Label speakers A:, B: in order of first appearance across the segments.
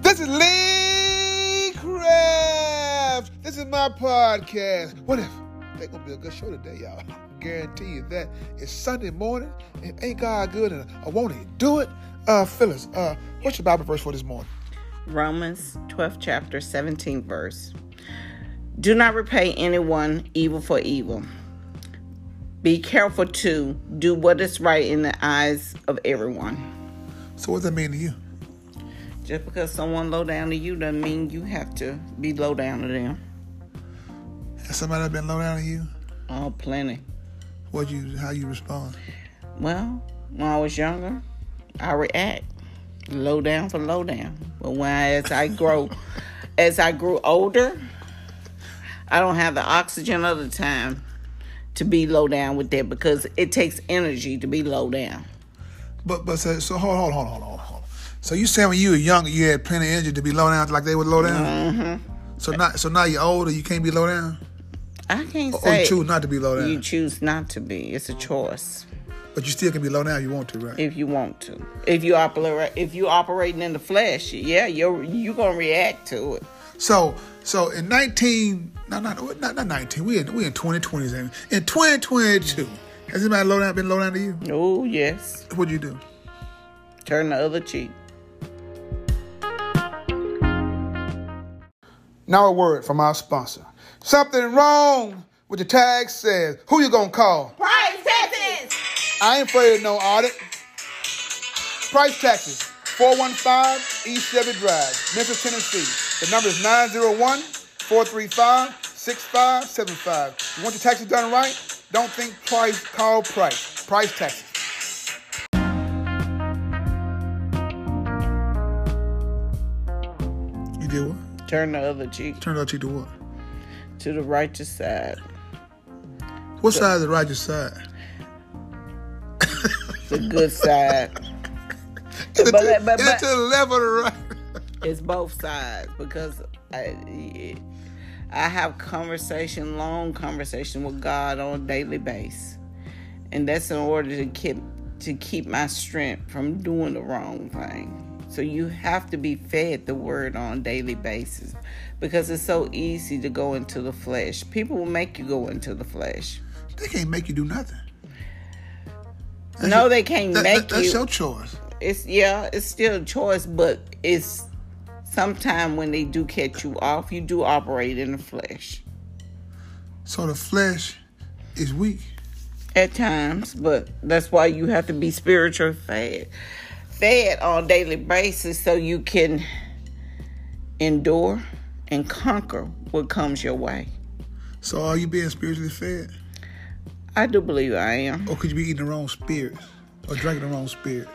A: This is Lee Craft. This is my podcast. What if? Think gonna be a good show today, y'all. I guarantee you that. It's Sunday morning, and ain't God good, and I want to do it. Uh, Phyllis, uh, what's your Bible verse for this morning?
B: Romans 12, chapter 17, verse. Do not repay anyone evil for evil. Be careful to do what is right in the eyes of everyone.
A: So, what does that mean to you?
B: Just because someone low down to you doesn't mean you have to be low down to them.
A: Has somebody been low down on you?
B: Oh, plenty.
A: What you? How you respond?
B: Well, when I was younger, I react low down for low down. But when I, as I grow, as I grew older, I don't have the oxygen of the time to be low down with that because it takes energy to be low down.
A: But but so, so hold hold hold hold hold. hold. So you saying when you were younger, you had plenty of energy to be low down like they were low down.
B: Mm-hmm.
A: So not so now you're older, you can't be low down,
B: I can't
A: or
B: say
A: you choose not to be low down,
B: you choose not to be. It's a choice
A: but you still can be low down. if You want to, right?
B: if you want to. If you operate, if you operating in the flesh, yeah, you're you gonna react to it.
A: So so in 19, no not not, not 19. We in we in 2020s, Amy. In 2022, has anybody low down been low down to you?
B: Oh yes,
A: What'd you do?
B: turn the other cheek.
A: Now a word from our sponsor. Something wrong with the tag says. Who you gonna call?
B: Price Texas.
A: I ain't afraid of no audit. Price taxes, 415 East Chevy Drive, Memphis, Tennessee. The number is 901 435 6575. You want your taxes done right? Don't think twice, call Price. Price taxes. You did what?
B: Turn the other cheek
A: Turned out you did what?
B: to the righteous side,
A: What side is the righteous side?
B: the good side.
A: Is it,
B: But-
A: to,
B: but-
A: is it
B: but-
A: to the left or the right?
B: It's both sides because I, I have conversation, long conversation with God on a daily basis, and that's in order to keep to keep my strength from doing the wrong thing. So you have to be fed the word on a daily basis because it's so easy to go into the flesh. People will make you go into the flesh.
A: They can't make you do nothing.
B: No, they can't
A: That-
B: make
A: that- that's
B: you.
A: your choice.
B: it's yeah, it's still a choice, but it's sometime when they do catch you off, you do operate in the flesh
A: So the flesh is weak.
B: at times. But that's why you have to be spiritual fed, fed on a daily basis, so you can endure and conquer what comes your way.
A: So are you being spiritually fed?
B: I do believe I am.
A: Or could you be eating the wrong spirits? Or drinking the wrong spirit?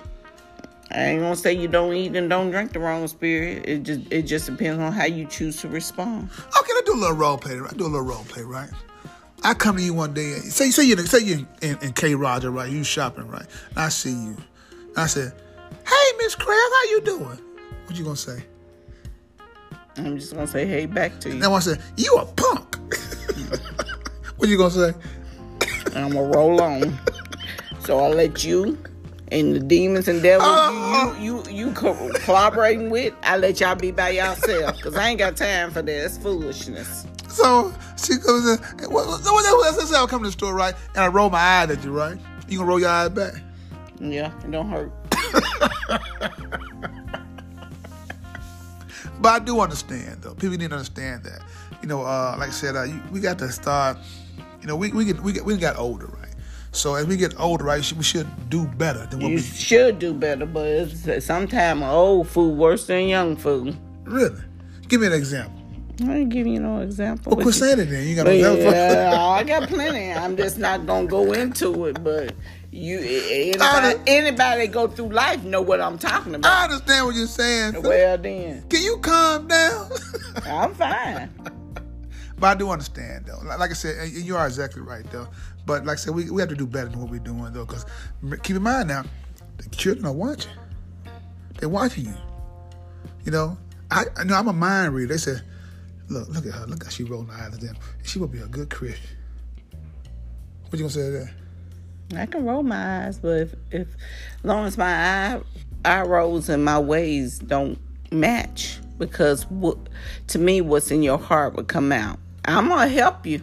B: I ain't gonna say you don't eat and don't drink the wrong spirit. It just it just depends on how you choose to respond.
A: Okay, I do a little role play. I do a little role play, right? I come to you one day. and- Say, say you, say you in, in K. Roger, right? You shopping, right? And I see you. And I said, "Hey, Miss Crab, how you doing?" What you gonna say?
B: I'm just gonna say hey back to you.
A: Now I said, "You a punk." what you gonna say?
B: and I'm gonna roll on. so I let you and the demons and devils you you you, you co- collaborating with. I let y'all be by yourself because I ain't got time for that. It's foolishness.
A: So she goes, in, what, what, what, let's say I come to the store, right? And I roll my eyes at you, right? You gonna roll your eyes back?
B: Yeah, it don't hurt.
A: But I do understand, though. People need to understand that. You know, uh, like I said, uh, you, we got to start. You know, we we get we get we got older, right? So as we get older, right, we should do better than what
B: You
A: we
B: should do better, but it's sometimes old food worse than young food.
A: really. Give me an example.
B: I ain't giving you no example.
A: Well, quit saying it then. You got an
B: But
A: example?
B: yeah, I got plenty. I'm just not gonna go into it, but you anybody,
A: Honest-
B: anybody go through life know what I'm talking about.
A: I understand what you're saying.
B: Well then.
A: Can you calm down?
B: I'm fine.
A: But I do understand though. Like, like I said, and you are exactly right though. But like I said, we, we have to do better than what we're doing though. Because keep in mind now, the children are watching. They're watching you. You know, I, I know I'm a mind reader. They said, look, look at her. Look how she rolling her eyes at them. She will be a good Christian. What you gonna say to that?
B: I can roll my eyes, but if, if as long as my eye, eye rolls and my ways don't match, because what, to me, what's in your heart would come out. I'm gonna help you,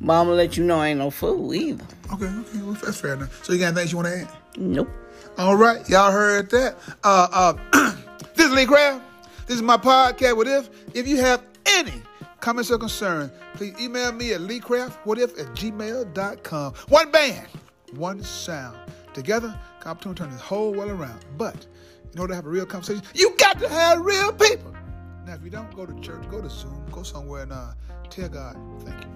B: but I'm gonna let you know I ain't no fool either.
A: Okay, okay, well, that's fair enough. So you got anything you want to add?
B: Nope.
A: All right, y'all heard that. Uh, uh, this is Lee Graham. This is my podcast. What if? If you have any comments or concerns, please email me at leecraftwhatif at gmail.com. One band, one sound. Together, opportunity to turn this whole world around. But in order to have a real conversation, you got to have real people. Now, if you don't go to church, go to Zoom, go somewhere and uh, tell God, thank you.